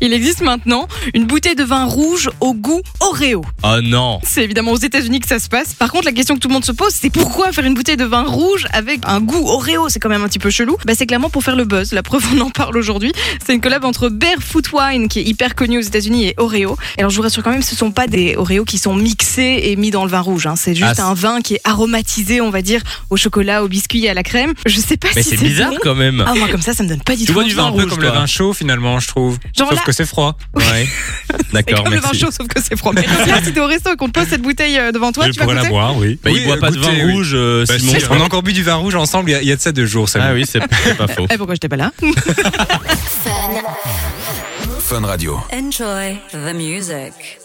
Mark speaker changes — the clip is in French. Speaker 1: Il existe maintenant une bouteille de vin rouge au goût Oreo.
Speaker 2: Oh non
Speaker 1: C'est évidemment aux États-Unis que ça se passe. Par contre, la question que tout le monde se pose, c'est pourquoi faire une bouteille de vin rouge avec un goût Oreo C'est quand même un petit peu chelou. Bah, c'est clairement pour faire le buzz. La preuve, on en parle aujourd'hui. C'est une collab entre Barefoot Wine, qui est hyper connu aux États-Unis, et Oreo. Et alors, je vous rassure quand même, ce sont pas des Oreo qui sont mixés et mis dans le vin rouge. hein. C'est juste
Speaker 2: Ah,
Speaker 1: un vin qui est aromatisé, on va dire, au chocolat, au biscuit et à la crème. Je sais pas
Speaker 2: Mais
Speaker 1: si
Speaker 2: c'est bizarre
Speaker 1: bon.
Speaker 2: quand même
Speaker 1: Ah, moi, comme ça, ça me donne pas du
Speaker 2: Tu
Speaker 1: tout.
Speaker 2: vois
Speaker 1: envie.
Speaker 2: du vin
Speaker 3: un peu
Speaker 2: rouge,
Speaker 3: comme
Speaker 2: toi.
Speaker 3: le vin chaud finalement, je trouve.
Speaker 1: Genre
Speaker 3: Sauf
Speaker 1: là-
Speaker 3: que c'est froid.
Speaker 2: Ouais.
Speaker 1: C'est
Speaker 2: D'accord,
Speaker 1: comme le vin
Speaker 2: merci.
Speaker 1: chaud, sauf que c'est froid. Mais là, si t'es au resto et qu'on te pose cette bouteille euh, devant toi,
Speaker 3: je
Speaker 1: tu vas
Speaker 3: pourrais la
Speaker 1: goûter
Speaker 3: boire, oui.
Speaker 2: Bah,
Speaker 3: Oui,
Speaker 2: il boit pas de
Speaker 3: goûter,
Speaker 2: vin
Speaker 3: oui.
Speaker 2: rouge, euh,
Speaker 3: Bah,
Speaker 2: Simon.
Speaker 3: si, on a encore bu du vin rouge ensemble il y a, il y a de ça deux jours. Samuel.
Speaker 2: Ah oui, c'est c'est pas faux.
Speaker 1: Eh, pourquoi j'étais pas là
Speaker 4: Fun.
Speaker 5: Fun Radio.
Speaker 4: Enjoy the music.